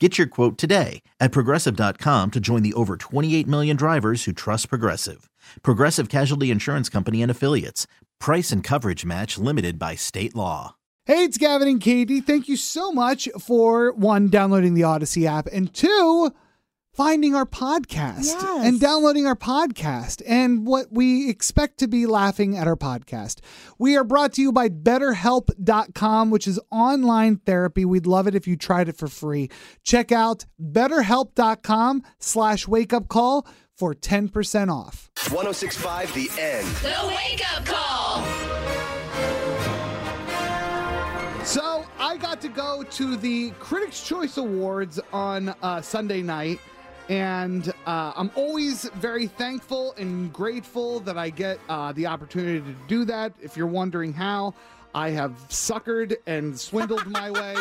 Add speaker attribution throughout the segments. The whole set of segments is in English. Speaker 1: Get your quote today at progressive.com to join the over 28 million drivers who trust Progressive. Progressive Casualty Insurance Company and Affiliates. Price and coverage match limited by state law.
Speaker 2: Hey, it's Gavin and Katie. Thank you so much for one, downloading the Odyssey app, and two, finding our podcast and downloading our podcast and what we expect to be laughing at our podcast. We are brought to you by betterhelp.com, which is online therapy. We'd love it if you tried it for free. Check out betterhelp.com slash wake up call for 10% off.
Speaker 3: 1065 The End.
Speaker 4: The Wake Up Call.
Speaker 2: So I got to go to the Critics' Choice Awards on uh, Sunday night, and uh, I'm always very thankful and grateful that I get uh, the opportunity to do that. If you're wondering how, I have suckered and swindled my way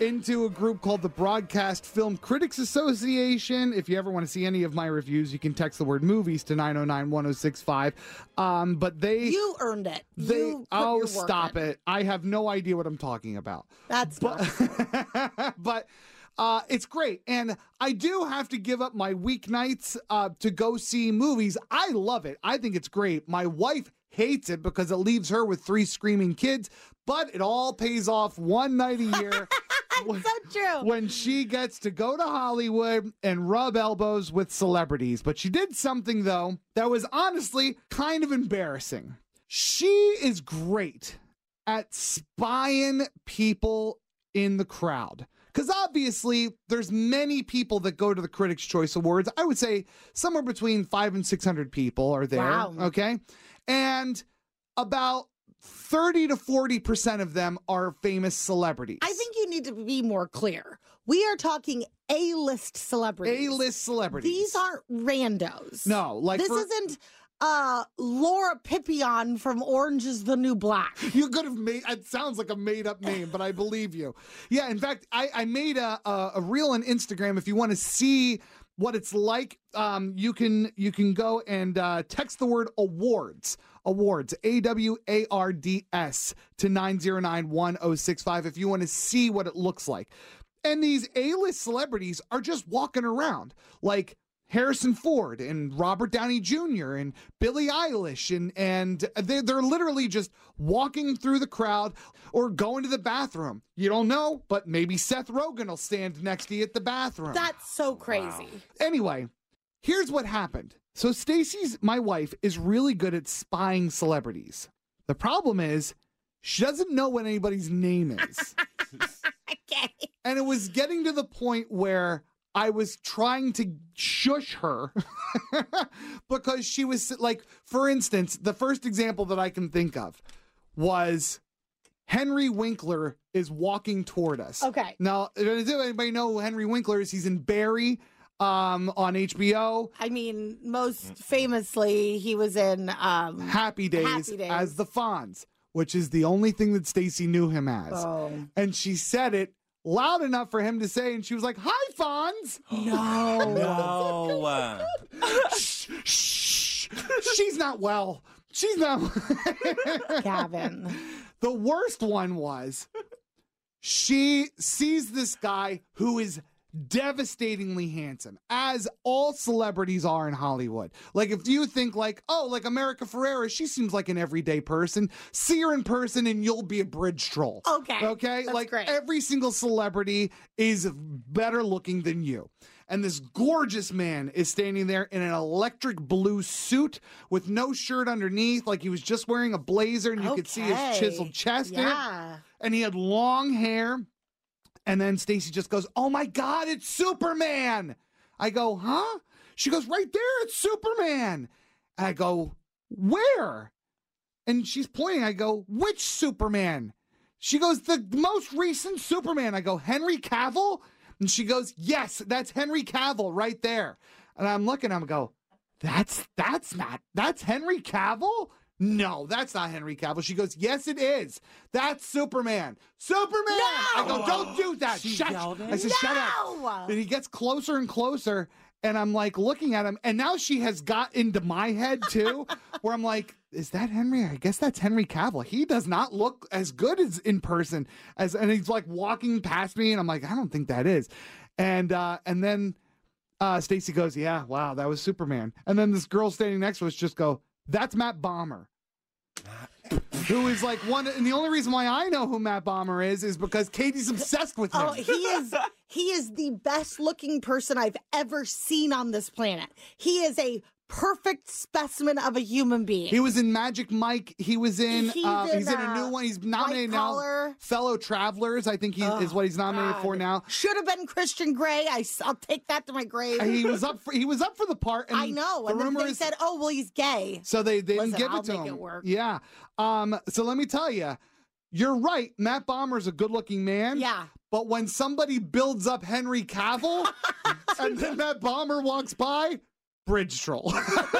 Speaker 2: into a group called the Broadcast Film Critics Association. If you ever want to see any of my reviews, you can text the word movies to 909 1065. Um, but they.
Speaker 5: You earned it.
Speaker 2: They,
Speaker 5: you put
Speaker 2: oh,
Speaker 5: your work
Speaker 2: stop
Speaker 5: in.
Speaker 2: it! I have no idea what I'm talking about.
Speaker 5: That's
Speaker 2: But, but uh, it's great, and I do have to give up my weeknights uh, to go see movies. I love it. I think it's great. My wife hates it because it leaves her with three screaming kids, but it all pays off one night a year. when-
Speaker 5: so true.
Speaker 2: when she gets to go to Hollywood and rub elbows with celebrities. But she did something, though, that was honestly kind of embarrassing. She is great at spying people in the crowd. Because obviously, there's many people that go to the Critics' Choice Awards. I would say somewhere between five and 600 people are there.
Speaker 5: Wow.
Speaker 2: Okay. And about 30 to 40% of them are famous celebrities.
Speaker 5: I think you need to be more clear. We are talking A-list celebrities.
Speaker 2: A-list celebrities.
Speaker 5: These aren't randos.
Speaker 2: No, like
Speaker 5: this
Speaker 2: for-
Speaker 5: isn't uh Laura Pipion from Orange is the New Black.
Speaker 2: You could have made it sounds like a made up name, but I believe you. Yeah, in fact, I, I made a, a a reel on Instagram. If you want to see what it's like, um, you can you can go and uh, text the word awards awards a w a r d s to nine zero nine one zero six five if you want to see what it looks like. And these A list celebrities are just walking around like Harrison Ford and Robert Downey Jr. and Billie Eilish and and they they're literally just walking through the crowd or going to the bathroom. You don't know, but maybe Seth Rogen will stand next to you at the bathroom.
Speaker 5: That's so crazy.
Speaker 2: anyway, here's what happened. So Stacy's my wife is really good at spying celebrities. The problem is she doesn't know what anybody's name is.
Speaker 5: Okay.
Speaker 2: And it was getting to the point where I was trying to shush her because she was like, for instance, the first example that I can think of was Henry Winkler is walking toward us.
Speaker 5: Okay.
Speaker 2: Now, does anybody know who Henry Winkler is? He's in Barry um, on HBO.
Speaker 5: I mean, most famously, he was in um
Speaker 2: Happy Days,
Speaker 5: Happy Days.
Speaker 2: as the Fonz, which is the only thing that Stacy knew him as.
Speaker 5: Oh.
Speaker 2: And she said it loud enough for him to say, and she was like, Hi, Fonz.
Speaker 5: No.
Speaker 6: No. uh,
Speaker 2: shh, shh. She's not well. She's not.
Speaker 5: Gavin.
Speaker 2: the worst one was she sees this guy who is devastatingly handsome, as all celebrities are in Hollywood. Like, if you think, like, oh, like America Ferrera, she seems like an everyday person, see her in person and you'll be a bridge troll.
Speaker 5: Okay,
Speaker 2: Okay.
Speaker 5: that's
Speaker 2: like,
Speaker 5: great.
Speaker 2: every single celebrity is better looking than you. and this gorgeous man is standing there in an electric blue suit with no shirt underneath, like he was just wearing a blazer, and you could see his
Speaker 5: Okay.
Speaker 2: chiseled chest. in it
Speaker 5: Yeah.
Speaker 2: and he had long hair. And then Stacy just goes, "Oh my God, it's Superman!" I go, "Huh?" She goes, "Right there, it's Superman." And I go, "Where?" And she's pointing. I go, "Which Superman?" She goes, "The most recent Superman." I go, "Henry Cavill." And she goes, "Yes, that's Henry Cavill right there." And I'm looking. I'm go, "That's that's not that's Henry Cavill." No, that's not Henry Cavill. She goes, Yes, it is. That's Superman. Superman! I go, Don't do that. Shut up. I said, Shut up. And he gets closer and closer. And I'm like looking at him. And now she has got into my head too, where I'm like, Is that Henry? I guess that's Henry Cavill. He does not look as good as in person as and he's like walking past me. And I'm like, I don't think that is. And uh and then uh, Stacy goes, "Yeah, wow, that was Superman." And then this girl standing next to us just go, "That's Matt Bomber." who is like one and the only reason why I know who Matt Bomber is is because Katie's obsessed with him.
Speaker 5: Oh, he is he is the best looking person I've ever seen on this planet. He is a perfect specimen of a human being.
Speaker 2: he was in Magic Mike. He was in.
Speaker 5: He's
Speaker 2: uh,
Speaker 5: in,
Speaker 2: he's in a
Speaker 5: uh,
Speaker 2: new one. He's nominated
Speaker 5: White Oh,
Speaker 2: now.
Speaker 5: Collar.
Speaker 2: Fellow Travelers, I think he is what he's nominated for now.
Speaker 5: Should have been Christian Grey. I, will take that to my grave.
Speaker 2: And He was up for he was up for the part. And
Speaker 5: I know.
Speaker 2: The
Speaker 5: And then
Speaker 2: rumor
Speaker 5: they
Speaker 2: is-
Speaker 5: said, oh, well, he's gay.
Speaker 2: So they, they didn't
Speaker 5: Listen,
Speaker 2: give
Speaker 5: I'll
Speaker 2: it to
Speaker 5: make
Speaker 2: him.
Speaker 5: it work.
Speaker 2: Yeah. Um, so let me tell you, you're right. Matt Bomber's a good looking man.
Speaker 5: Yeah.
Speaker 2: But when somebody builds up Henry Cavill and then Matt Bomber walks by, bridge troll.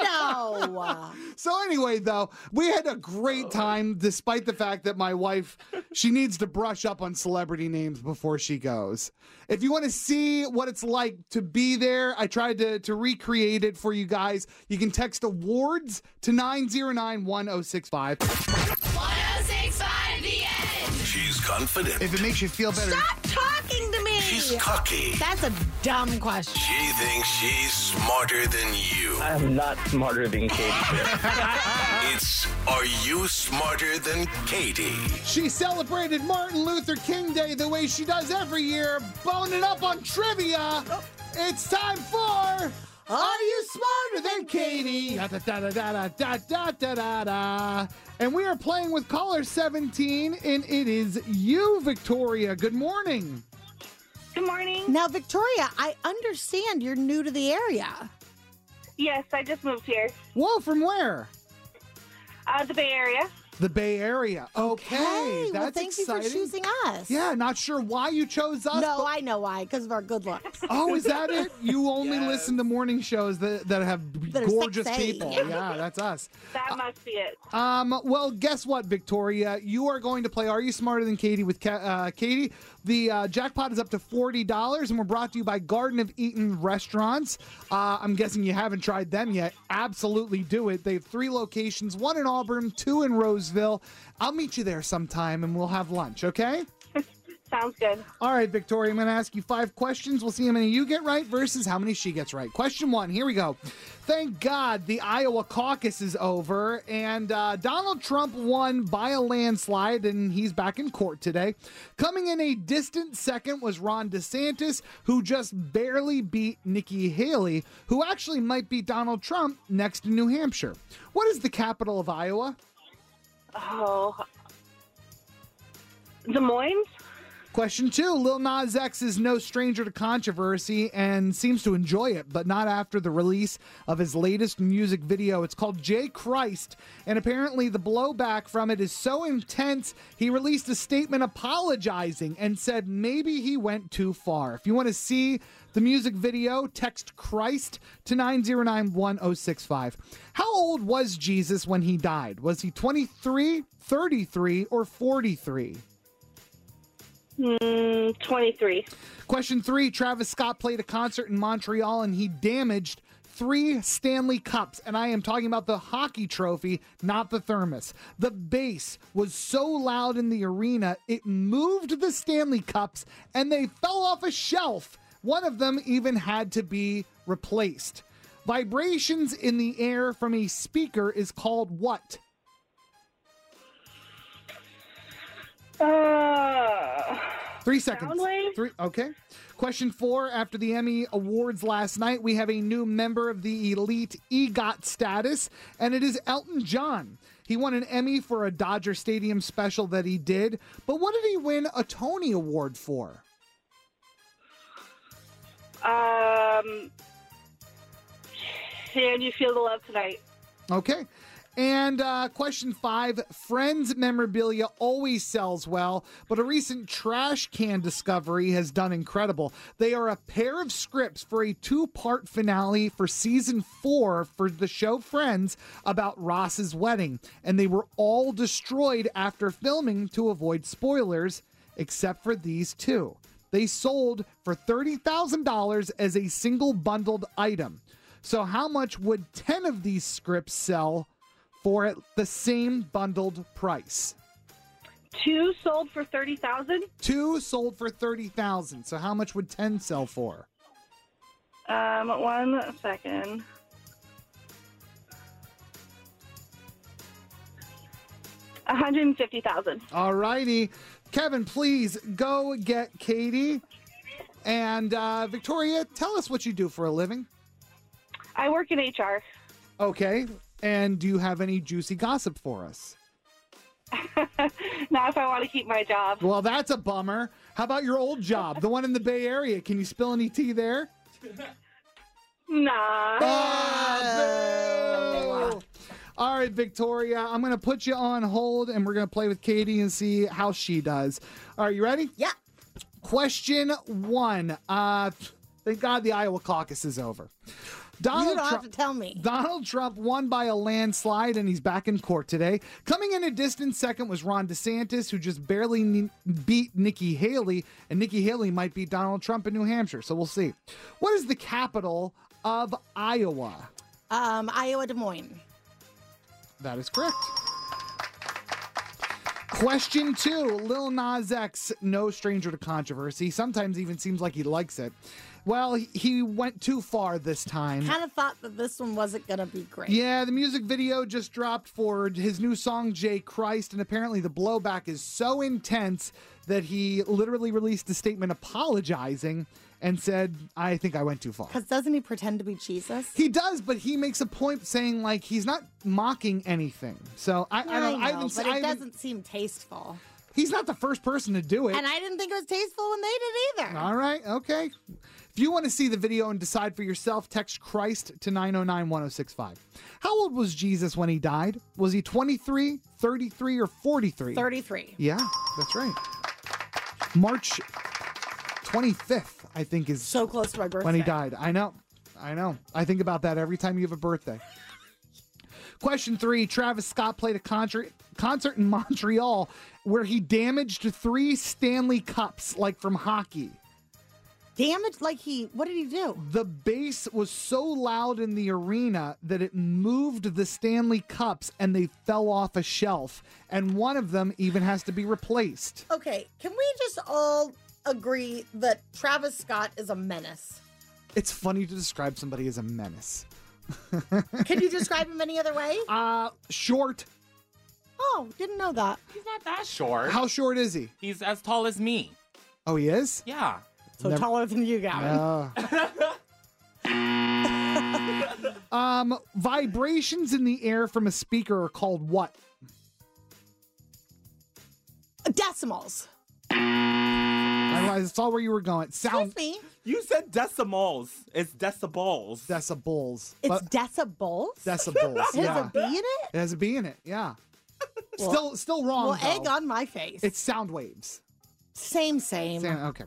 Speaker 5: No.
Speaker 2: so anyway, though, we had a great time despite the fact that my wife, she needs to brush up on celebrity names before she goes. If you want to see what it's like to be there, I tried to, to recreate it for you guys. You can text awards to 909 1065.
Speaker 4: 1065 The End.
Speaker 3: She's confident.
Speaker 2: If it makes you feel better.
Speaker 5: Stop talking to me.
Speaker 3: She's cocky.
Speaker 5: That's a dumb question.
Speaker 3: She thinks she's smarter than you.
Speaker 6: I'm not smarter than Katie.
Speaker 2: Uh-huh.
Speaker 3: It's Are You Smarter Than Katie?
Speaker 2: She celebrated Martin Luther King Day the way she does every year, boning up on trivia. It's time for Are You Smarter Than Katie? Da, da, da, da, da, da, da, da, da. And we are playing with caller 17, and it is you, Victoria. Good morning.
Speaker 7: Good morning.
Speaker 5: Now, Victoria, I understand you're new to the area.
Speaker 7: Yes, I just moved here.
Speaker 2: Whoa, from where?
Speaker 7: Uh, the Bay Area.
Speaker 2: The Bay Area. Okay,
Speaker 5: Hey, well,
Speaker 2: that's
Speaker 5: thank
Speaker 2: exciting.
Speaker 5: you for choosing us.
Speaker 2: yeah, not sure why you chose us.
Speaker 5: No,
Speaker 2: but-
Speaker 5: I know why. Because of our good looks.
Speaker 2: Oh, is that it? You only listen to morning shows that, that have
Speaker 5: That are
Speaker 2: gorgeous
Speaker 5: sexy.
Speaker 2: people. Yeah, that's us.
Speaker 7: That must be it.
Speaker 2: Um, well, guess what, Victoria? You are going to play Are You Smarter Than Katie with Ka- uh, Katie. The uh, jackpot is up to $40, and we're brought to you by Garden of Eaton Restaurants. Uh, I'm guessing you haven't tried them yet. Absolutely do it. They have three locations one in Auburn, two in Roseville. I'll meet you there sometime and we'll have lunch, okay?
Speaker 7: Sounds good.
Speaker 2: All right, Victoria, I'm going to ask you five questions. We'll see how many you get right versus how many she gets right. Question one here we go. Thank God the Iowa caucus is over, and uh, Donald Trump won by a landslide, and he's back in court today. Coming in a distant second was Ron DeSantis, who just barely beat Nikki Haley, who actually might beat Donald Trump next in New Hampshire. What is the capital of Iowa?
Speaker 7: Oh. Des Moines?
Speaker 2: Question two Lil Nas X is no stranger to controversy and seems to enjoy it, but not after the release of his latest music video. It's called J Christ, and apparently the blowback from it is so intense, he released a statement apologizing and said maybe he went too far. If you want to see the music video, text Christ to 909 1065. How old was Jesus when he died? Was he 23, 33, or 43?
Speaker 7: Hmm, 23.
Speaker 2: Question three Travis Scott played a concert in Montreal and he damaged three Stanley Cups. And I am talking about the hockey trophy, not the thermos. The bass was so loud in the arena, it moved the Stanley Cups and they fell off a shelf. One of them even had to be replaced. Vibrations in the air from a speaker is called what?
Speaker 7: Uh,
Speaker 2: Three seconds.
Speaker 7: Soundwave?
Speaker 2: Three. Okay. Question four. After the Emmy Awards last night, we have a new member of the elite EGOT status, and it is Elton John. He won an Emmy for a Dodger Stadium special that he did, but what did he win a Tony Award for?
Speaker 7: Um, can you feel the love tonight?
Speaker 2: Okay. And uh, question five Friends memorabilia always sells well, but a recent trash can discovery has done incredible. They are a pair of scripts for a two part finale for season four for the show Friends about Ross's wedding. And they were all destroyed after filming to avoid spoilers, except for these two. They sold for $30,000 as a single bundled item. So, how much would 10 of these scripts sell for at the same bundled price?
Speaker 7: Two sold for thirty thousand.
Speaker 2: Two sold for 30,000. So, how much would 10 sell for?
Speaker 7: Um, one second. One hundred and fifty thousand.
Speaker 2: All righty. Kevin, please go get Katie. And uh, Victoria, tell us what you do for a living.
Speaker 7: I work in HR.
Speaker 2: Okay. And do you have any juicy gossip for us?
Speaker 7: Not if I want to keep my job.
Speaker 2: Well, that's a bummer. How about your old job, the one in the Bay Area? Can you spill any tea there?
Speaker 7: Nah.
Speaker 2: Ah, boo. All right, Victoria, I'm going to put you on hold and we're going to play with Katie and see how she does. All right, you ready?
Speaker 5: Yeah.
Speaker 2: Question one. Uh, thank God the Iowa caucus is over.
Speaker 5: You
Speaker 2: Donald
Speaker 5: don't have
Speaker 2: Trump.
Speaker 5: to tell me.
Speaker 2: Donald Trump won by a landslide, and he's back in court today. Coming in a distant second was Ron DeSantis, who just barely ne- beat Nikki Haley, and Nikki Haley might beat Donald Trump in New Hampshire. So we'll see. What is the capital of Iowa?
Speaker 5: Um, Iowa Des Moines.
Speaker 2: That is correct. Question two Lil Nas X, no stranger to controversy. Sometimes even seems like he likes it. Well, he- he went too far this time.
Speaker 5: Kind of thought that this one wasn't going to be great.
Speaker 2: Yeah, the music video just dropped for his new song, Jay Christ, and apparently the blowback is so intense that he literally released a statement apologizing and said, I think I went too far.
Speaker 5: Because doesn't he pretend to be Jesus?
Speaker 2: He does, but he makes a point saying, like, he's not mocking anything. So I, I don't I haven't
Speaker 5: but
Speaker 2: I
Speaker 5: it
Speaker 2: haven't-
Speaker 5: doesn't seem tasteful.
Speaker 2: He's not the first person to do it.
Speaker 5: And I didn't think it was tasteful when they did either.
Speaker 2: All right, okay. If you want to see the video and decide for yourself, text Christ to 909 1065. How old was Jesus when he died? Was he 23, 33, or 43?
Speaker 5: 33.
Speaker 2: Yeah, that's right. March 25th, I think, is
Speaker 5: So close to my birthday.
Speaker 2: when he died. I know. I know. I think about that every time you have a birthday. Question three Travis Scott played a concert, concert in Montreal where he damaged three Stanley Cups, like from hockey.
Speaker 5: Damaged like he, what did he do?
Speaker 2: The bass was so loud in the arena that it moved the Stanley Cups and they fell off a shelf. And one of them even has to be replaced.
Speaker 5: Okay, can we just all agree that Travis Scott is a menace?
Speaker 2: It's funny to describe somebody as a menace.
Speaker 5: Can you describe him any other way?
Speaker 2: Uh, short.
Speaker 5: Oh, didn't know that.
Speaker 8: He's not that short.
Speaker 2: How short is he?
Speaker 8: He's as tall as me.
Speaker 2: Oh, he is?
Speaker 8: Yeah.
Speaker 5: So
Speaker 2: Never-
Speaker 5: taller than you, guys.
Speaker 2: Uh. um, vibrations in the air from a speaker are called what?
Speaker 5: Decimals.
Speaker 2: I realize it's all where you were going. Sound
Speaker 5: Excuse me.
Speaker 8: You said decimals. It's decibels.
Speaker 2: decibels.
Speaker 5: It's
Speaker 2: but-
Speaker 5: decibels?
Speaker 2: decibels.
Speaker 5: it has
Speaker 2: yeah.
Speaker 5: a B in it?
Speaker 2: It has a B in it. Yeah.
Speaker 5: Well-
Speaker 2: still, still wrong.
Speaker 5: well, egg
Speaker 2: though.
Speaker 5: on my face.
Speaker 2: It's sound waves.
Speaker 5: same, same.
Speaker 2: Sam- okay.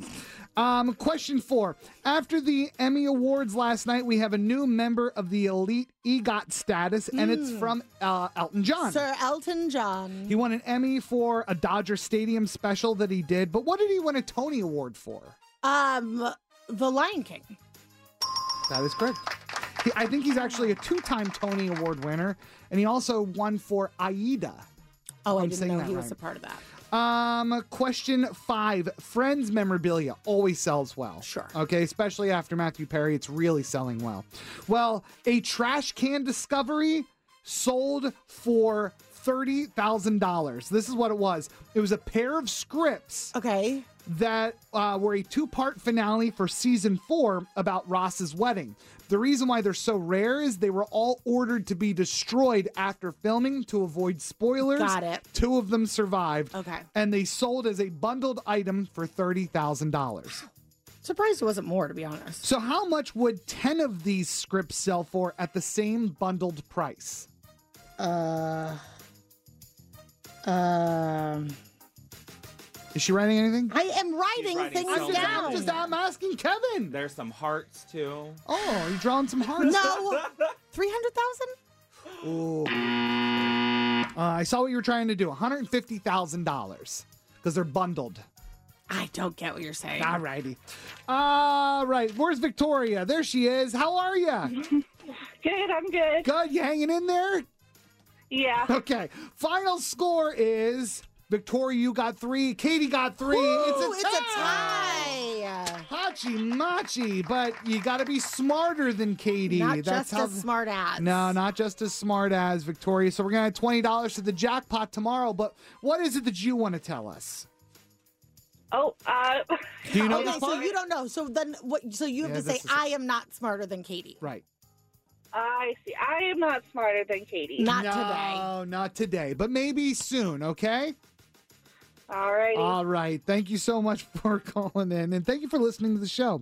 Speaker 2: Um, question four. After the Emmy Awards last night, we have a new member of the elite EGOT status, and it's from uh, Elton John.
Speaker 5: Hmm. Sir Elton John.
Speaker 2: He won an Emmy for a Dodger Stadium special that he did, but what did he win a Tony Award for?
Speaker 5: Um, The Lion King.
Speaker 2: That is correct. He, I think he's actually a two-time Tony Award winner, and he also won for Aida.
Speaker 5: Oh, I
Speaker 2: I'm
Speaker 5: didn't
Speaker 2: saying
Speaker 5: know
Speaker 2: that
Speaker 5: he was
Speaker 2: right.
Speaker 5: a part of that.
Speaker 2: Um, question five: Friends memorabilia always sells well.
Speaker 5: Sure.
Speaker 2: Okay, especially after Matthew Perry, it's really selling well. Well, a trash can discovery sold for thirty thousand dollars. This is what it was. It was a pair of scripts
Speaker 5: Okay.
Speaker 2: that uh, were a two part finale for season four about Ross's wedding. The reason why they're so rare is they were all ordered to be destroyed after filming to avoid spoilers.
Speaker 5: Got it.
Speaker 2: Two of them survived.
Speaker 5: Okay.
Speaker 2: And they sold as a bundled item for $30,000.
Speaker 5: Surprised it wasn't more, to be honest.
Speaker 2: So, how much would 10 of these scripts sell for at the same bundled price?
Speaker 5: Uh, um,
Speaker 2: Is she writing anything?
Speaker 5: I am writing,
Speaker 8: writing
Speaker 5: things
Speaker 8: so many
Speaker 5: down.
Speaker 2: I'm just I'm asking Kevin.
Speaker 8: There's some hearts too.
Speaker 2: Oh, you drawing some hearts?
Speaker 5: No, three hundred thousand.
Speaker 2: Ooh. Uh, I saw what you were trying to do. One hundred fifty thousand dollars because they're bundled.
Speaker 5: I don't get what you're saying.
Speaker 2: Alrighty. All right. Where's Victoria? There she is. How are you?
Speaker 7: Good, I'm good.
Speaker 2: Good. You hanging in there?
Speaker 7: Yeah.
Speaker 2: Okay. Final score is Victoria. You got three. Katie got three.
Speaker 5: Ooh, it's a tie.
Speaker 2: Hachi machi, but you got to be smarter than Katie.
Speaker 5: Not
Speaker 2: That's
Speaker 5: just
Speaker 2: how
Speaker 5: as smart ass.
Speaker 2: No, not just as smart as Victoria. So we're gonna have twenty dollars to the jackpot tomorrow. But what is it that you want to tell us?
Speaker 7: Oh, uh,
Speaker 2: Do you know
Speaker 5: okay,
Speaker 2: this
Speaker 5: Oh, so
Speaker 2: part?
Speaker 5: you don't know. So then, what? So you have
Speaker 2: Yeah,
Speaker 5: to say,
Speaker 2: this is-
Speaker 5: "I am not smarter than Katie."
Speaker 2: Right.
Speaker 7: I see. I am not smarter than Katie.
Speaker 5: Not
Speaker 2: no,
Speaker 5: today.
Speaker 2: not today, but maybe soon. Okay.
Speaker 7: All righty.
Speaker 2: All right. Thank you so much for calling in, and thank you for listening to the show.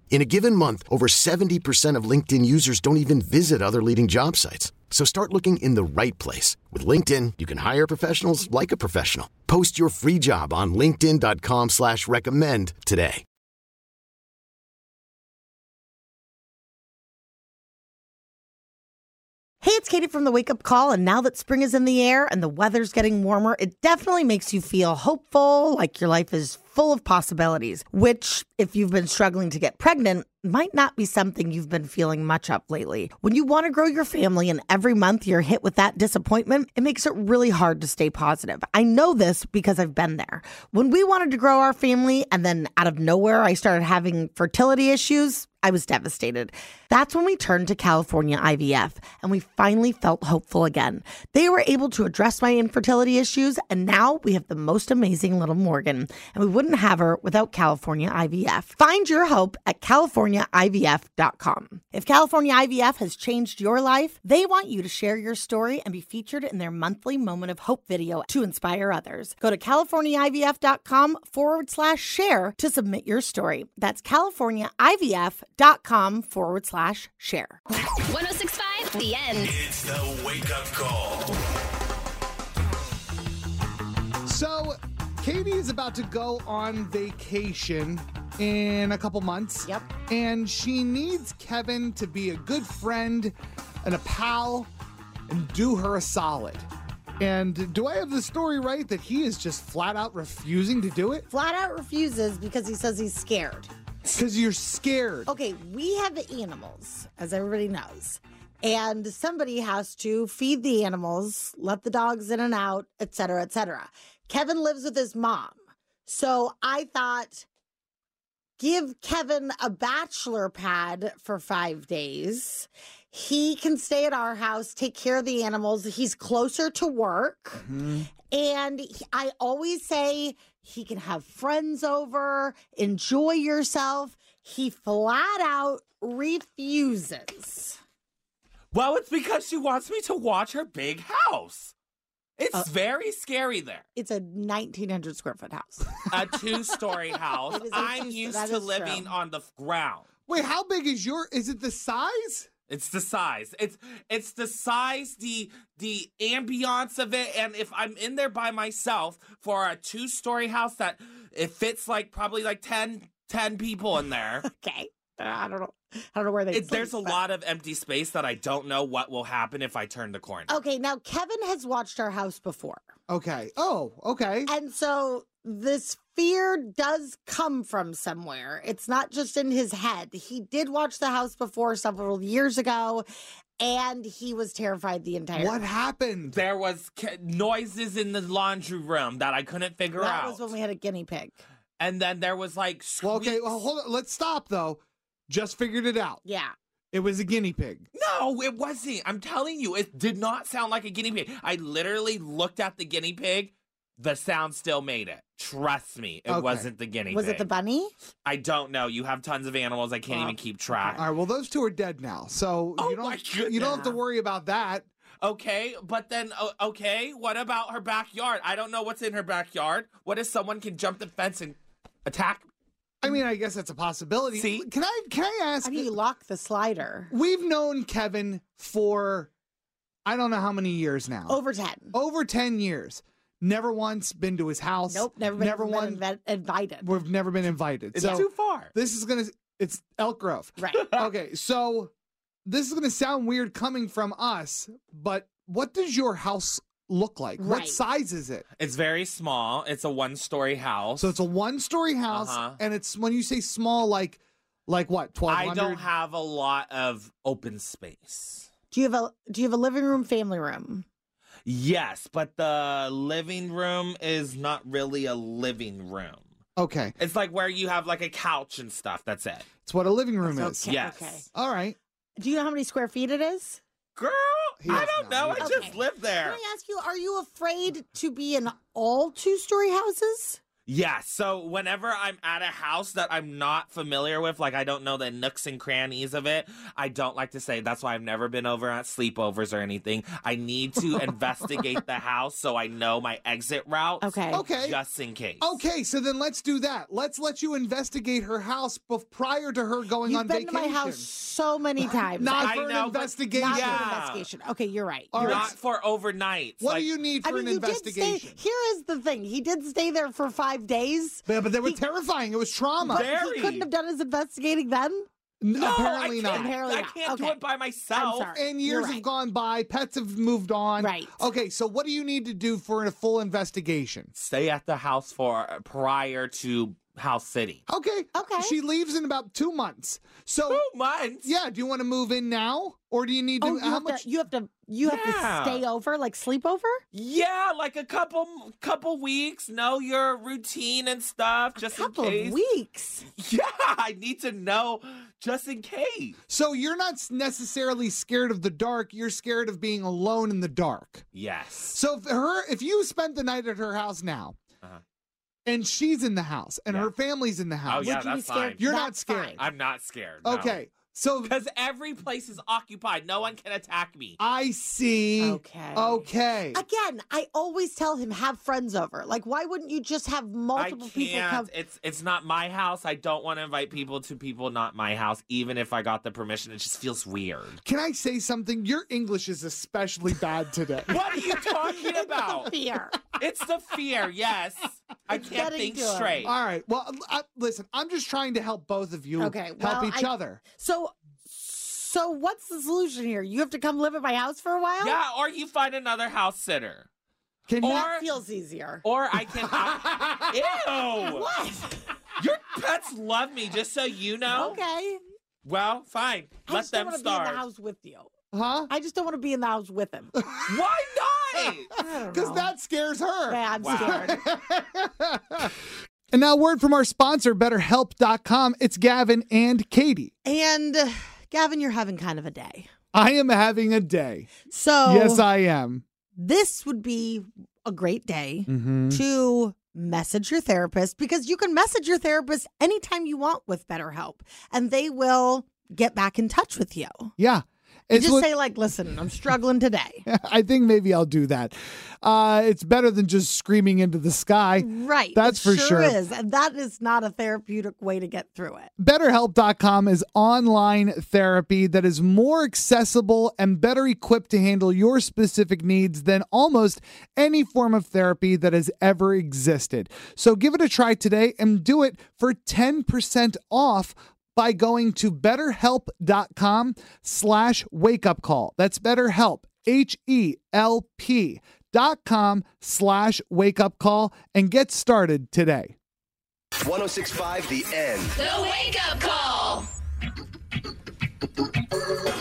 Speaker 9: In a given month, over 70% of LinkedIn users don't even visit other leading job sites. So start looking in the right place. With LinkedIn, you can hire professionals like a professional. Post your free job on linkedin.com slash recommend today.
Speaker 5: Hey, it's Katie from the Wake Up Call. And now that spring is in the air and the weather's getting warmer, it definitely makes you feel hopeful, like your life is full of possibilities, which, if you've been struggling to get pregnant, might not be something you've been feeling much of lately. When you want to grow your family and every month you're hit with that disappointment, it makes it really hard to stay positive. I know this because I've been there. When we wanted to grow our family and then out of nowhere I started having fertility issues, I was devastated. That's when we turned to California IVF and we finally felt hopeful again. They were able to address my infertility issues, and now we have the most amazing little Morgan, and we wouldn't have her without California IVF. Find your hope at CaliforniaIVF.com. If California IVF has changed your life, they want you to share your story and be featured in their monthly Moment of Hope video to inspire others. Go to CaliforniaIVF.com forward slash share to submit your story. That's CaliforniaIVF.com forward slash share.
Speaker 4: 1065 The End.
Speaker 3: It's the wake up call.
Speaker 2: So, Katie is about to go on vacation in a couple months.
Speaker 5: Yep.
Speaker 2: And she needs Kevin to be a good friend and a pal and do her a solid. And do I have the story right that he is just flat out refusing to do it?
Speaker 5: Flat out refuses because he says he's scared. Oh.
Speaker 2: Because you're scared.
Speaker 5: Okay, we have animals, as everybody knows. and somebody has to feed the animals, let the dogs in and out, et cetera, et cetera. Kevin lives with his mom. So I thought, give Kevin a bachelor pad for five days. He can stay at our house, take care of the animals. He's closer to work. And he- I always say he can have friends over, enjoy yourself. He flat out refuses.
Speaker 8: Well, it's because she wants me to watch her big house. It's
Speaker 5: Uh.
Speaker 8: very scary there.
Speaker 5: It's a 1900 square foot house.
Speaker 8: A two story house.
Speaker 5: It is a
Speaker 8: I'm
Speaker 5: two-
Speaker 8: used
Speaker 5: that
Speaker 8: to
Speaker 5: is
Speaker 8: living
Speaker 5: true.
Speaker 8: on the f- ground.
Speaker 2: Wait, how big is your? Is it the size?
Speaker 8: It's the size. It's it's the size, the the ambiance of it, and if I'm in there by myself for a two story house that it fits like probably like 10, 10 people in there.
Speaker 5: Okay. Uh, I don't know. I don't know where they.
Speaker 8: It, there's a
Speaker 5: sleep, but-
Speaker 8: lot of empty space that I don't know what will happen if I turn the corner.
Speaker 5: Okay, now Kevin has watched our house before.
Speaker 2: Okay. Oh, okay.
Speaker 5: And so this fear does come from somewhere. It's not just in his head. He did watch the house before several years ago and he was terrified the entire
Speaker 2: What happened?
Speaker 8: There was ca- noises in the laundry room that I couldn't figure
Speaker 5: That
Speaker 8: out.
Speaker 5: was when we had a guinea pig.
Speaker 8: and then there was like
Speaker 2: Well, okay.
Speaker 8: squeaks.
Speaker 2: Well, hold on. Let's stop though. Just figured it out.
Speaker 5: Yeah.
Speaker 2: It was a guinea pig.
Speaker 8: No, it wasn't. I'm telling you, it did not sound like a guinea pig. I literally looked at the guinea pig. The sound still made it. Trust me, it
Speaker 2: Okay.
Speaker 8: wasn't the guinea
Speaker 5: Was
Speaker 8: pig.
Speaker 5: it the bunny?
Speaker 8: I don't know. You have tons of animals. I can't
Speaker 5: Wow.
Speaker 8: even keep track.
Speaker 2: All right. Well, those two are dead now, so
Speaker 8: Oh
Speaker 2: you don't
Speaker 8: my
Speaker 2: you don't have to
Speaker 8: goodness.
Speaker 2: worry about that.
Speaker 8: Okay, but then o okay, what about her backyard? I don't know what's in her backyard. What if someone can jump the fence and attack?
Speaker 2: I mean, I guess that's a possibility.
Speaker 8: See?
Speaker 2: Can I can I ask?
Speaker 5: How do you lock the slider?
Speaker 2: We've known Kevin for I don't know how many years now.
Speaker 5: Over 10.
Speaker 2: Over 10 years. Never once been to his house.
Speaker 5: Nope, never been,
Speaker 2: never
Speaker 5: been
Speaker 2: once
Speaker 5: inve- invited.
Speaker 2: we've never been invited.
Speaker 8: It's
Speaker 2: so
Speaker 8: too far.
Speaker 2: this is going to it's Elk Grove.
Speaker 5: Right.
Speaker 2: okay, so this is going to sound weird coming from us, but what does your house look like? What
Speaker 5: Right.
Speaker 2: size is it?
Speaker 8: It's very small. It's a one-story house.
Speaker 2: So it's a one-story house
Speaker 8: Uh-huh.
Speaker 2: and it's when you say small like like what?
Speaker 8: I
Speaker 2: 1200
Speaker 8: don't have a lot of open space.
Speaker 5: Do you have a do you have a living room, family room?
Speaker 8: Yes, but the living room is not really a living room.
Speaker 2: Okay.
Speaker 8: It's like where you have like a couch and stuff. That's it.
Speaker 2: It's what a living room is.
Speaker 5: That's Okay,
Speaker 8: yes.
Speaker 5: okay.
Speaker 2: All right.
Speaker 5: Do you know how many square feet it is?
Speaker 8: Girl,
Speaker 2: He
Speaker 8: I
Speaker 2: does not.
Speaker 8: don't know.
Speaker 2: He
Speaker 8: I
Speaker 5: does
Speaker 8: just
Speaker 5: not.
Speaker 8: live there.
Speaker 5: Can I ask you, are you afraid to be in all two story houses?
Speaker 8: Yeah, so whenever I'm at a house that I'm not familiar with, like I don't know the nooks and crannies of it, I don't like to say. That's why I've never been over at sleepovers or anything. I need to investigate the house so I know my exit route.
Speaker 5: Okay.
Speaker 2: Okay.
Speaker 8: Just in case.
Speaker 2: Okay, so then let's do that. Let's let you investigate her house bef- prior to her going
Speaker 5: You've
Speaker 2: on
Speaker 5: been
Speaker 2: vacation.
Speaker 5: to my house so many times.
Speaker 2: Not
Speaker 5: I-
Speaker 8: I
Speaker 2: for an
Speaker 8: know, but-
Speaker 2: investigation.
Speaker 5: not
Speaker 8: yeah.
Speaker 5: for an investigation. Okay, you're right.
Speaker 2: All
Speaker 5: You're
Speaker 2: right.
Speaker 8: Not for overnight.
Speaker 2: What
Speaker 8: like,
Speaker 2: do you need for
Speaker 5: I mean,
Speaker 2: an
Speaker 5: you did stay.
Speaker 2: investigation?
Speaker 5: Here is the thing: he did stay there for five days.
Speaker 2: yeah, but they were
Speaker 5: He-
Speaker 2: terrifying. It was trauma.
Speaker 8: There-
Speaker 5: He
Speaker 8: Very.
Speaker 5: couldn't have done his investigating then.
Speaker 2: N-
Speaker 8: No,
Speaker 2: apparently
Speaker 8: I can't,
Speaker 2: not.
Speaker 5: Apparently
Speaker 8: I
Speaker 5: not.
Speaker 8: can't do
Speaker 5: Okay.
Speaker 8: it by myself.
Speaker 5: sorry.
Speaker 2: And
Speaker 5: You're
Speaker 2: years have
Speaker 5: right.
Speaker 2: gone by. Pets have moved on.
Speaker 5: Right.
Speaker 2: Okay, so what do you need to do for a full investigation?
Speaker 8: Stay at the house for prior to house city.
Speaker 2: Okay.
Speaker 5: Okay.
Speaker 2: She leaves in about two months. So,
Speaker 8: Two months.
Speaker 2: yeah, do you want to move in now? Or do you need to.
Speaker 5: oh, you
Speaker 2: how
Speaker 5: have,
Speaker 2: much?
Speaker 5: to, you have to. You have
Speaker 8: Yeah.
Speaker 5: to stay over, like sleepover.
Speaker 8: Yeah, like a couple couple weeks. Know your routine and stuff, just in
Speaker 5: couple
Speaker 8: case.
Speaker 5: of weeks.
Speaker 8: Yeah, I need to know just in case.
Speaker 2: so, you're not s- necessarily scared of the dark. You're scared of being alone in the dark.
Speaker 8: Yes.
Speaker 2: So if her, if you spent the night at her house now,
Speaker 8: Uh-huh.
Speaker 2: and she's in the house, and
Speaker 8: Yeah.
Speaker 2: her family's in the house,
Speaker 8: Oh yeah,
Speaker 5: Would you be
Speaker 8: that's
Speaker 5: scared?
Speaker 8: fine.
Speaker 2: you're not
Speaker 5: That's
Speaker 2: scared.
Speaker 5: fine.
Speaker 8: I'm not scared.
Speaker 2: okay, so
Speaker 8: Because every place is occupied. No one can attack me.
Speaker 2: I see.
Speaker 5: Okay.
Speaker 2: Okay.
Speaker 5: Again, I always tell him have friends over. Like, why wouldn't you just have multiple
Speaker 8: I
Speaker 5: people come?
Speaker 8: can't. It's it's not my house. I don't want to invite people to people not my house, even if I got the permission. It just feels weird.
Speaker 2: Can I say something? Your English is especially bad today.
Speaker 8: What are you talking about?
Speaker 5: Fear.
Speaker 8: It's the fear. Yes, I can't
Speaker 5: getting
Speaker 8: think
Speaker 5: to him.
Speaker 8: straight.
Speaker 2: All right. Well, I, listen, I'm just trying to help both of you
Speaker 5: Okay,
Speaker 2: help
Speaker 5: well,
Speaker 2: each
Speaker 5: I-
Speaker 2: other.
Speaker 5: So, so what's the solution here? You have to come live at my house for a while.
Speaker 8: Yeah, or you find another house sitter,
Speaker 2: Can you?
Speaker 8: or
Speaker 5: that feels easier.
Speaker 8: or I can. I, ew!
Speaker 5: what?
Speaker 8: Your pets love me, just so you know.
Speaker 5: Okay.
Speaker 8: Well, fine.
Speaker 5: I
Speaker 8: Let
Speaker 5: just don't
Speaker 8: them
Speaker 5: want to be in
Speaker 8: starve.
Speaker 5: the house with you.
Speaker 2: Huh?
Speaker 5: I just don't want to be in the house with him.
Speaker 8: Why not?
Speaker 2: Because that scares her.
Speaker 5: Yeah, I'm
Speaker 8: Wow.
Speaker 5: scared.
Speaker 2: And now, word from our sponsor, BetterHelp.com. It's Gavin and Katie.
Speaker 5: And uh, Gavin, you're having kind of a day.
Speaker 2: I am having a day.
Speaker 5: So
Speaker 2: Yes, I am.
Speaker 5: this would be a great day
Speaker 2: Mm-hmm.
Speaker 5: to message your therapist because you can message your therapist anytime you want with BetterHelp, and they will get back in touch with you.
Speaker 2: Yeah.
Speaker 5: You
Speaker 2: It's
Speaker 5: just
Speaker 2: what-
Speaker 5: say like, "Listen, I'm struggling today."
Speaker 2: I think maybe I'll do that. Uh, it's better than just screaming into the sky.
Speaker 5: Right.
Speaker 2: That's
Speaker 5: it
Speaker 2: for sure.
Speaker 5: Is and that is not a therapeutic way to get through it.
Speaker 2: BetterHelp.com is online therapy that is more accessible and better equipped to handle your specific needs than almost any form of therapy that has ever existed. So give it a try today and do it for 10% off by going to betterhelp.com slash wake up call. That's betterhelp, H E L P dot com slash wake up call and get started today.
Speaker 3: 1065 The End.
Speaker 4: The wake up call.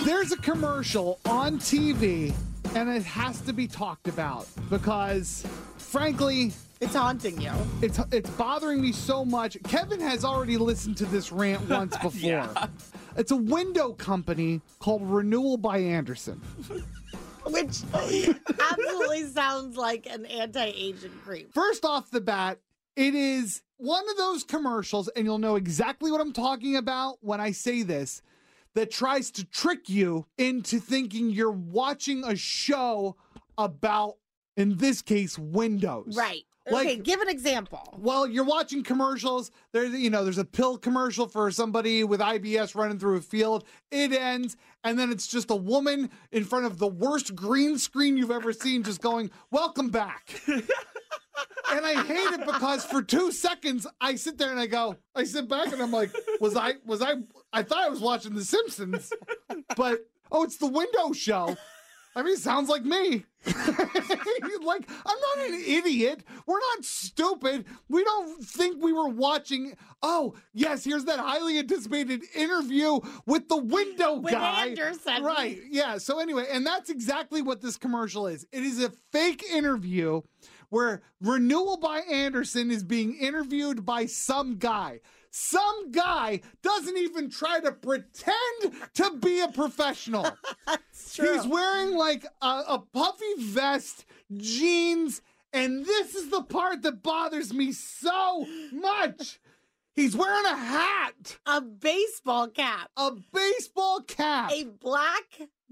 Speaker 2: There's a commercial on TV, and it has to be talked about because, frankly,
Speaker 5: It's haunting you.
Speaker 2: it's it's bothering me so much. Kevin has already listened to this rant once before. It's a window company called Renewal by Anderson.
Speaker 5: Which absolutely sounds like an anti-aging creep.
Speaker 2: First off the bat, it is one of those commercials, and you'll know exactly what I'm talking about when I say this, that tries to trick you into thinking you're watching a show about, in this case, windows.
Speaker 5: Right.
Speaker 2: Like-
Speaker 5: okay, give an example.
Speaker 2: Well, you're watching commercials. There's, you know, there's a pill commercial for somebody with IBS running through a field. It ends, and then it's just a woman in front of the worst green screen you've ever seen, just going, "Welcome back." and I hate it because for two seconds I sit there and I go, I sit back and I'm like, "Was I? Was I? I thought I was watching The Simpsons, but oh, it's the window show." I mean, it sounds like me. like, I'm not an idiot. We're not stupid. We don't think we were watching. Oh, yes, here's that highly anticipated interview with the window
Speaker 5: With
Speaker 2: guy.
Speaker 5: Anderson.
Speaker 2: Right. Yeah. So, anyway, and that's exactly what this commercial is it is a fake interview where Renewal by Anderson is being interviewed by some guy. Some guy doesn't even try to pretend to be a professional. He's wearing like a, a puffy vest, jeans, and this is the part that bothers me so much. He's wearing a hat,
Speaker 5: A baseball cap.
Speaker 2: a baseball cap.
Speaker 5: A black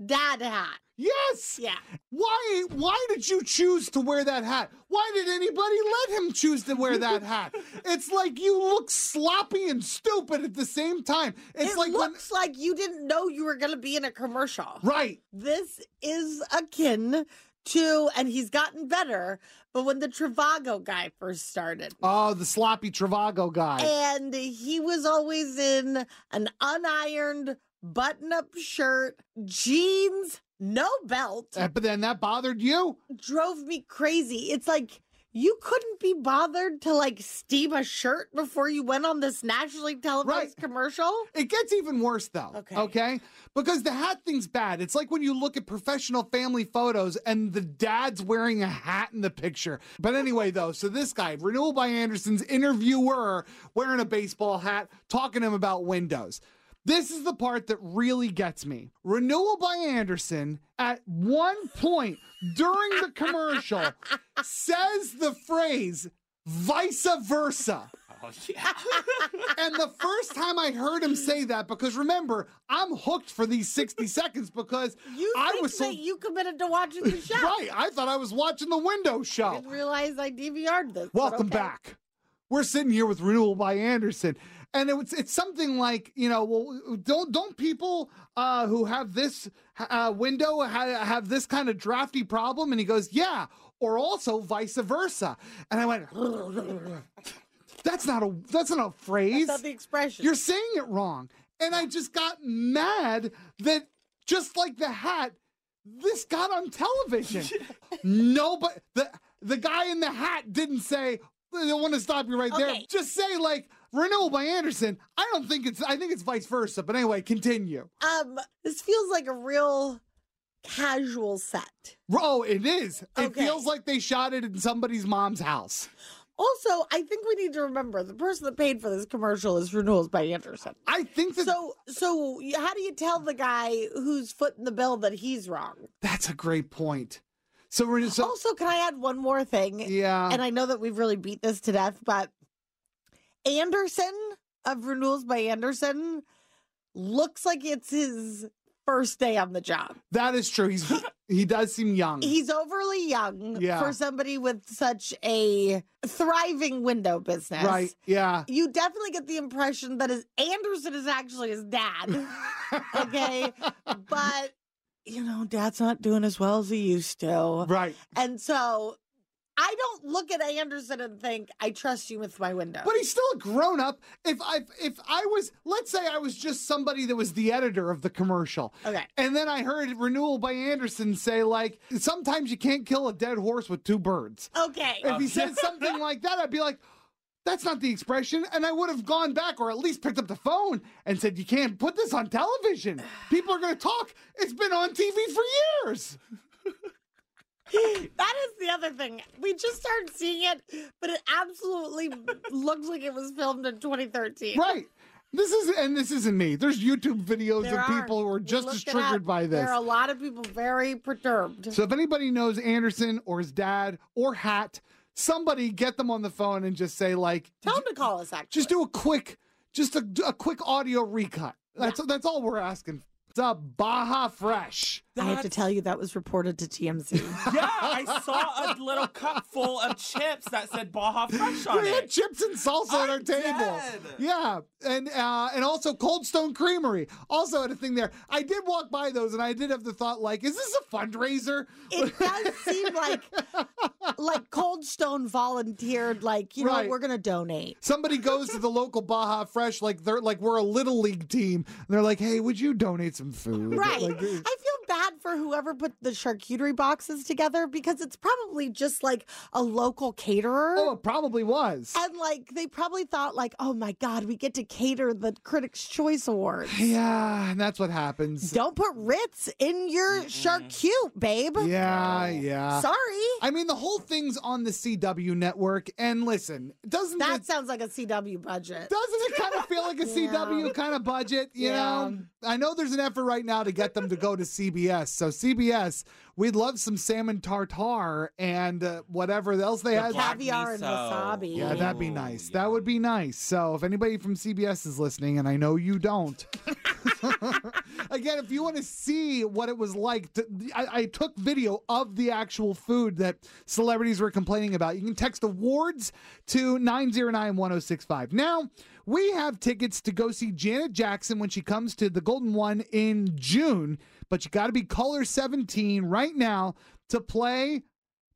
Speaker 5: dad hat.
Speaker 2: yes.
Speaker 5: Yeah.
Speaker 2: Why? Why did you choose to wear that hat? Why did anybody let him choose to wear that hat? it's like you look sloppy and stupid at the same time. It's
Speaker 5: it
Speaker 2: like when-
Speaker 5: looks like you didn't know you were going to be in a commercial.
Speaker 2: right.
Speaker 5: This is akin to, and he's gotten better, but when the Travago guy first started.
Speaker 2: Oh, the sloppy Travago guy.
Speaker 5: And he was always in an unironed button up shirt, jeans, no belt.
Speaker 2: Uh, but then that bothered you.
Speaker 5: Drove me crazy. It's like you couldn't be bothered to like steam a shirt before you went on this nationally televised
Speaker 2: Right.
Speaker 5: commercial.
Speaker 2: It gets even worse though.
Speaker 5: Okay.
Speaker 2: Because the hat thing's bad. It's like when you look at professional family photos and the dad's wearing a hat in the picture. But anyway, though, so this guy, Renewal by Anderson's interviewer, wearing a baseball hat, talking to him about windows. This is the part that really gets me. Renewal by Anderson at one point during the commercial says the phrase vice versa.
Speaker 8: Oh, yeah.
Speaker 2: And the first time I heard him say that, because remember, I'm hooked for these 60 seconds because
Speaker 5: You
Speaker 2: I
Speaker 5: think
Speaker 2: was so
Speaker 5: that you committed to watching the show.
Speaker 2: right. I thought I was watching the window
Speaker 5: I
Speaker 2: show.
Speaker 5: didn't realize I DVR'd this. but
Speaker 2: Oh. Welcome
Speaker 5: okay.
Speaker 2: back. We're sitting here with Renewal by Anderson. And it was, it's something like, you know, well, don't don't people uh, who have this uh, window ha- have this kind of drafty problem? And he goes, yeah, or also vice versa. And I went, that's not a that's not a phrase.
Speaker 5: That's the expression.
Speaker 2: You're saying it wrong. And I just got mad that just like the hat, this got on television. Nobody the the guy in the hat didn't say I want to stop you right there.
Speaker 5: Okay.
Speaker 2: Just say like Renewal by Anderson. I don't think it's I think it's vice versa. But anyway, continue.
Speaker 5: um, this feels like a real casual set.
Speaker 2: Oh, it is. It
Speaker 5: Okay.
Speaker 2: feels like they shot it in somebody's mom's house.
Speaker 5: Also, I think we need to remember the person that paid for this commercial is Renewals by Anderson.
Speaker 2: I think that
Speaker 5: So, so y- how do you tell the guy who's footing the bill that he's wrong?
Speaker 2: that's a great point. So we're just, so
Speaker 5: Also, can I add one more thing?
Speaker 2: yeah.
Speaker 5: And I know that we've really beat this to death, but Anderson of Renewals by Anderson looks like it's his first day on the job.
Speaker 2: that is true. He's he does seem young.
Speaker 5: He's overly young
Speaker 2: Mm. Yeah.
Speaker 5: for somebody with such a thriving window business.
Speaker 2: right. Yeah.
Speaker 5: You definitely get the impression that his Anderson is actually his dad. Okay. but you know, dad's not doing as well as he used to.
Speaker 2: Right.
Speaker 5: And so I don't look at Anderson and think, I trust you with my window.
Speaker 2: But he's still a grown up. If I if I was let's say I was just somebody that was the editor of the commercial.
Speaker 5: Okay.
Speaker 2: And then I heard Renewal by Anderson say like sometimes you can't kill a dead horse with two birds.
Speaker 5: Okay.
Speaker 2: If he said something like that, I'd be like that's not the expression. And I would have gone back or at least picked up the phone and said, You can't put this on television. People are going to talk. It's been on TV for years.
Speaker 5: That is the other thing. We just started seeing it, but it absolutely looked like it was filmed in 2013.
Speaker 2: Right. This is, and this isn't me. There's YouTube videos
Speaker 5: There
Speaker 2: of
Speaker 5: are.
Speaker 2: people who are
Speaker 5: We
Speaker 2: just as
Speaker 5: looked it
Speaker 2: triggered
Speaker 5: up.
Speaker 2: by this.
Speaker 5: There are a lot of people very perturbed.
Speaker 2: So if anybody knows Anderson or his dad or Hat, somebody get them on the phone and just say like,
Speaker 5: Tell them to call us, actually.
Speaker 2: just do a quick, just a, a quick audio recut. That's that's all we're asking. It's a Baja Fresh.
Speaker 5: I have to tell you, that was reported to TMZ.
Speaker 8: Yeah, I saw a little cup full of chips that said Baja Fresh on
Speaker 2: We had
Speaker 8: it.
Speaker 2: chips and salsa at our
Speaker 8: I'm
Speaker 2: table.
Speaker 8: dead.
Speaker 2: Yeah, and uh, and also Cold Stone Creamery also had a thing there. I did walk by those, and I did have the thought like, is this a fundraiser?
Speaker 5: it does seem like like Cold Stone volunteered, like, you know,
Speaker 2: Right.
Speaker 5: we're gonna donate.
Speaker 2: Somebody goes to the local Baja Fresh, like they're like we're a little league team. And they're like, hey, would you donate some food?
Speaker 5: Right.
Speaker 2: Like,
Speaker 5: I feel bad for whoever put the charcuterie boxes together because it's probably just like a local caterer.
Speaker 2: oh, it probably was.
Speaker 5: And like they probably thought like, oh my God, we get to cater the Critics Choice Awards.
Speaker 2: yeah, and that's what happens.
Speaker 5: Don't put Ritz in your charcute, babe.
Speaker 2: Yeah, yeah.
Speaker 5: Sorry.
Speaker 2: I mean, the whole thing's on the CW network, and listen, doesn't
Speaker 5: that
Speaker 2: it,
Speaker 5: sounds like a CW budget.
Speaker 2: doesn't it kind of feel like a CW kind of budget? You
Speaker 5: Yeah.
Speaker 2: know, I know there's an effort right now to get them to go to CBS. So CBS, we'd love some salmon tartare and uh, whatever else they had.
Speaker 8: Black
Speaker 5: Caviar and
Speaker 8: miso.
Speaker 5: wasabi.
Speaker 2: Yeah, that'd be nice. That would be nice. So, if anybody from CBS is listening, and I know you don't, again, if you want to see what it was like, to, I, I took video of the actual food that celebrities were complaining about. You can text awards to 909 1065. Now, we have tickets to go see Janet Jackson when she comes to the Golden One in June, but you got to be caller 17 right now to play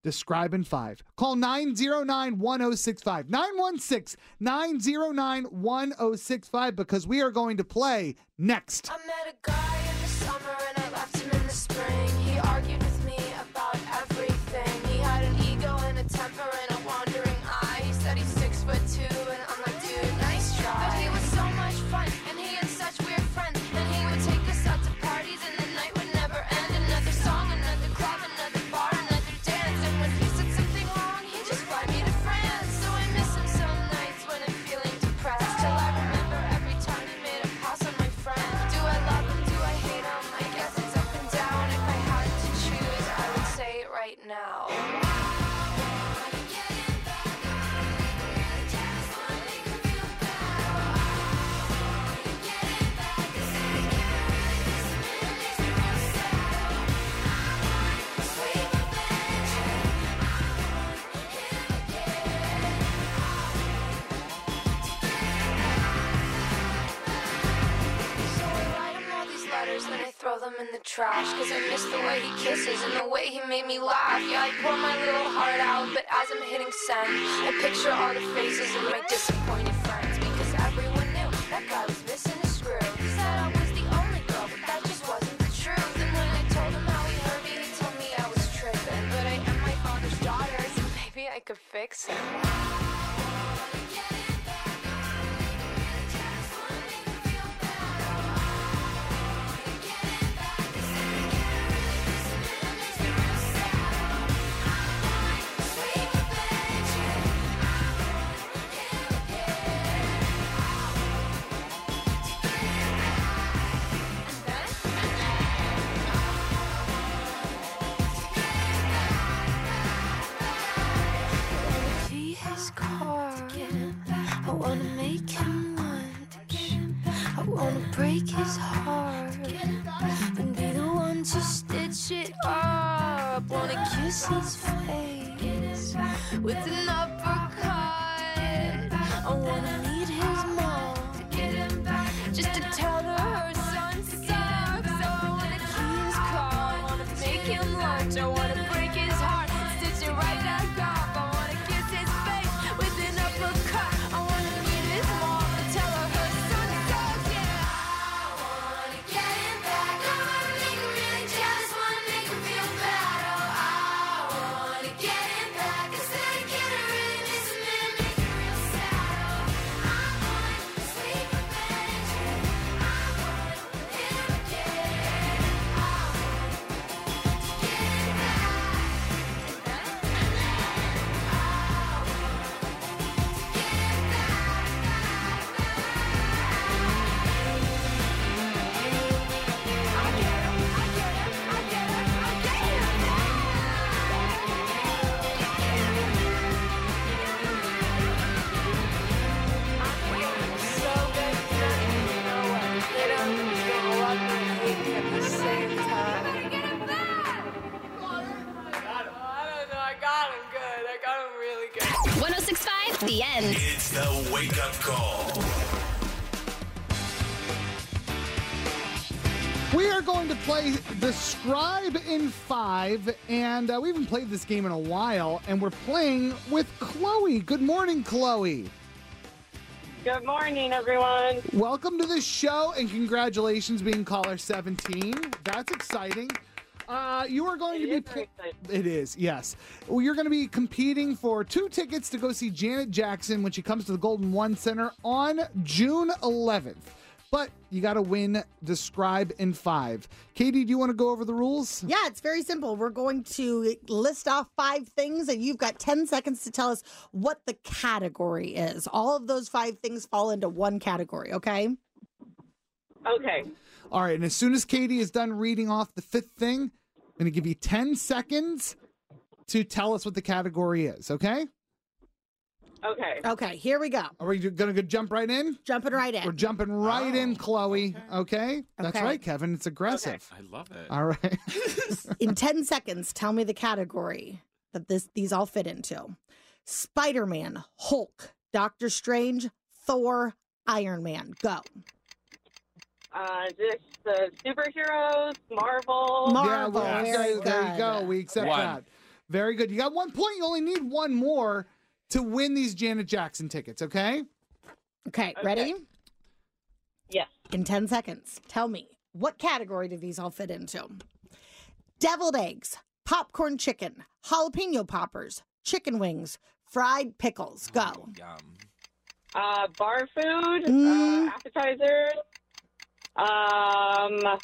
Speaker 2: Describe in five. Call 909 1065. 916 909 1065 because we are going to play next.
Speaker 4: I met a guy in the summer and I left him in the spring. He argued with me about everything. He had an ego and a temper and a wandering eye. He said he's six foot two and I'm like, dude, nice try. But he was so much fun and he had such weird friends. And he would take us out to parties and the night would never end. Another song, another club, another bar, another dance. And when he said something wrong, he'd just fly me to France. So I miss him some nights when I'm feeling depressed. Till I remember every time he made a pass on my friend. Do I love him? Do I hate him? I guess it's up and down. If I had to choose, I would say it right now. So I write him all these letters and I throw them in the trash. Cause I miss the way he kisses and the way he made me laugh. Yeah, I pour my little heart out, but as I'm hitting send, I picture all the faces of my disappointed friends. Because everyone knew that guy was missing a screw. He said I was the only girl, but that just wasn't the truth. And when I told him how he hurt me, he told me I was tripping. But I am my father's daughter, so maybe I could fix it. him once. I wanna break his heart and be the one to stitch it up. Wanna kiss his face with an uppercut. I wanna meet his mom just to tell her her son sucks. I wanna key his car, I wanna make him lunch, I wanna break his heart, stitch it right back up. I wanna kiss his face with an uppercut. I wanna meet his mom and tell her her son sucks. Yeah. I got him really good.
Speaker 10: 1065, the end.
Speaker 3: It's the wake up call.
Speaker 2: We are going to play Describe in Five, and uh, we haven't played this game in a while, and we're playing with Chloe. Good morning, Chloe.
Speaker 7: Good morning, everyone.
Speaker 2: Welcome to the show, and congratulations being caller 17. That's exciting. Uh, you are going to be. pl- it is, yes. Well, you're going to be competing for two tickets to go see Janet Jackson when she comes to the Golden One Center on June 11th. But you got to win Describe in Five. Katie, do you want to go over the rules?
Speaker 5: Yeah, it's very simple. We're going to list off five things, and you've got 10 seconds to tell us what the category is. All of those five things fall into one category, okay?
Speaker 7: Okay.
Speaker 2: All right, and as soon as Katie is done reading off the fifth thing, I'm going to give you 10 seconds to tell us what the category is, okay?
Speaker 7: Okay.
Speaker 5: Okay, here we go.
Speaker 2: Are we going to jump right in?
Speaker 5: Jumping right in.
Speaker 2: We're jumping right in, Chloe. Okay. That's
Speaker 5: Okay.
Speaker 2: right, Kevin. It's aggressive.
Speaker 8: I love it.
Speaker 2: All right.
Speaker 5: in 10 seconds, tell me the category that this these all fit into Spider Man, Hulk, Doctor Strange, Thor, Iron Man. Go.
Speaker 7: Uh, just the superheroes,
Speaker 2: Oh, yeah,
Speaker 7: Marvel.
Speaker 5: Mar- Marvel.
Speaker 2: well,
Speaker 5: Yes.
Speaker 2: there,
Speaker 5: Very
Speaker 2: you- there you
Speaker 5: good.
Speaker 2: go. We accept
Speaker 8: One.
Speaker 2: that. Very good. You got one point. You only need one more to win these Janet Jackson tickets, okay?
Speaker 5: Okay, ready?
Speaker 7: yes.
Speaker 5: In 10 seconds, tell me what category do these all fit into? Deviled eggs, popcorn chicken, jalapeno poppers, chicken wings, fried pickles. Go.
Speaker 8: Yum.
Speaker 7: Uh, bar food,
Speaker 5: Mm.
Speaker 7: uh, appetizers. Um. uh,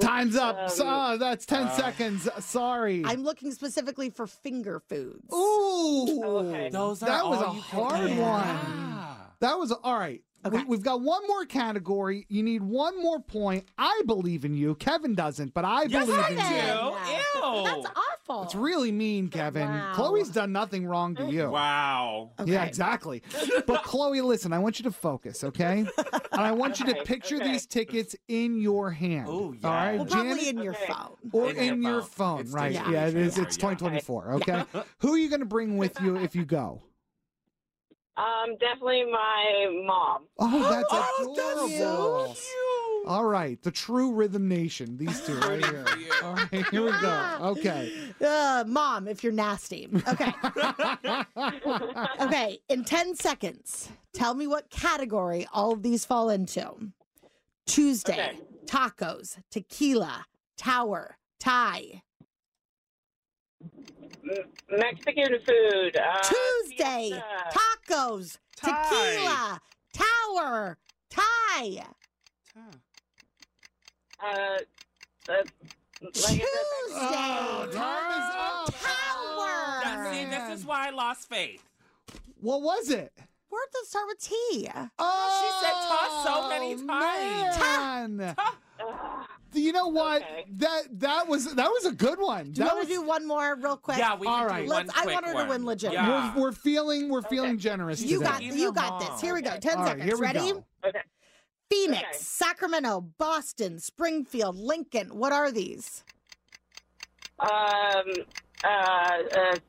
Speaker 2: Time's up.
Speaker 7: um,
Speaker 2: so, oh, that's 10
Speaker 8: uh,
Speaker 2: seconds. Sorry.
Speaker 5: I'm looking specifically for finger foods.
Speaker 2: Ooh.
Speaker 7: okay.
Speaker 8: Those are
Speaker 2: That was
Speaker 8: all
Speaker 2: a
Speaker 8: you can
Speaker 2: hard
Speaker 8: eat.
Speaker 2: one. That was all right.
Speaker 5: Okay.
Speaker 2: We, have got one more category. You need one more point. I believe in you. Kevin doesn't, but I
Speaker 8: Yes,
Speaker 2: believe
Speaker 8: I
Speaker 2: in
Speaker 8: do.
Speaker 2: you.
Speaker 8: Ew.
Speaker 5: That's awful.
Speaker 2: It's really mean, Kevin.
Speaker 5: Wow.
Speaker 2: Chloe's done nothing wrong to you.
Speaker 8: Wow.
Speaker 5: Okay.
Speaker 2: Yeah, exactly. But Chloe, listen, I want you to focus, okay? And I want you to
Speaker 7: Okay,
Speaker 2: picture
Speaker 7: okay.
Speaker 2: these tickets in your hand.
Speaker 8: Ooh,
Speaker 2: All right,
Speaker 8: yes.
Speaker 5: Well, probably
Speaker 2: Janet?
Speaker 5: in your
Speaker 7: Okay.
Speaker 5: phone.
Speaker 2: or
Speaker 8: In
Speaker 2: in,
Speaker 8: your
Speaker 2: your
Speaker 8: phone.
Speaker 2: phone,
Speaker 8: It's
Speaker 2: right?
Speaker 5: digital
Speaker 2: Yeah, it is.
Speaker 8: transfer,
Speaker 2: It's
Speaker 8: yeah.
Speaker 2: 2024. Okay. Who are you going to bring with you if you go?
Speaker 7: Um, definitely my mom.
Speaker 2: Oh, that's
Speaker 8: Oh, that's
Speaker 2: adorable.
Speaker 8: so cute.
Speaker 2: All right, the true rhythm nation. These two right here. All right, here we go. Okay.
Speaker 5: Ah! Uh, Mom, if you're nasty. Okay. okay. In 10 seconds, tell me what category all of these fall into Tuesday,
Speaker 7: Okay.
Speaker 5: tacos, tequila, tower, tie.
Speaker 7: M- Mexican food. Uh,
Speaker 5: Tuesday,
Speaker 7: pizza.
Speaker 5: tacos, tequila, tower, tie.
Speaker 7: Uh, uh, like I said,
Speaker 5: Tuesday,
Speaker 2: Oh, time is up.
Speaker 5: tower.
Speaker 8: That- see, this is why I lost faith.
Speaker 2: What was it?
Speaker 5: Words that start with T.
Speaker 2: Oh,
Speaker 7: uh,
Speaker 8: she said toss so many times.
Speaker 2: Man. you know what? That that was that was a good one.
Speaker 5: Do you
Speaker 2: that
Speaker 5: want
Speaker 2: was
Speaker 5: to do one more real quick?
Speaker 8: Yeah, we can do one
Speaker 5: Let's, I
Speaker 8: quick
Speaker 5: want her to
Speaker 8: one.
Speaker 5: win legit.
Speaker 2: We're, we're feeling we're feeling generous.
Speaker 5: You
Speaker 2: today.
Speaker 5: got you got this. Here we go. Ten
Speaker 2: All right,
Speaker 5: seconds.
Speaker 2: here we
Speaker 5: Ready?
Speaker 2: go.
Speaker 5: Phoenix, Sacramento, Boston, Springfield, Lincoln. What are these?
Speaker 7: Um, uh, uh,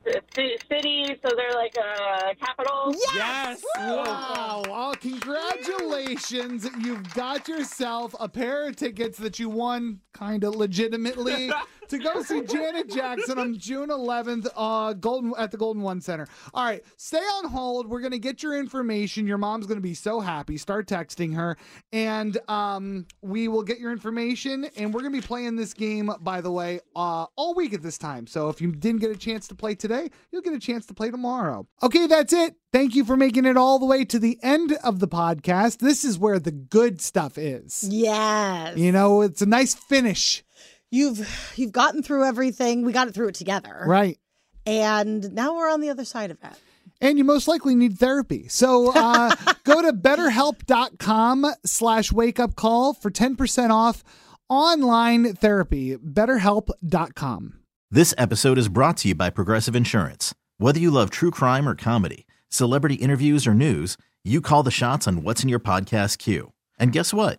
Speaker 7: c- c- city, so they're like a capital.
Speaker 8: Yes.
Speaker 2: Wow. Oh, congratulations. You've got yourself a pair of tickets that you won kind of legitimately to go see Janet Jackson on June 11th uh, Golden at the Golden One Center. All right, stay on hold. We're going to get your information. Your mom's going to be so happy. Start texting her and um, we will get your information and we're going to be playing this game by the way uh, all week at this time. So if you didn't get a chance to play today, you'll get a chance to play tomorrow. Okay, that's it. Thank you for making it all the way to the end of the podcast. This is where the good stuff is.
Speaker 5: Yes.
Speaker 2: You know, it's a nice finish.
Speaker 5: You've you've gotten through everything. We got it through it together.
Speaker 2: Right.
Speaker 5: And now we're on the other side of it.
Speaker 2: and you most likely need therapy. So uh, go to betterhelp.com slash wake up call for 10% off online therapy. Betterhelp.com.
Speaker 1: This episode is brought to you by Progressive Insurance. Whether you love true crime or comedy, celebrity interviews or news, you call the shots on what's in your podcast queue. And guess what?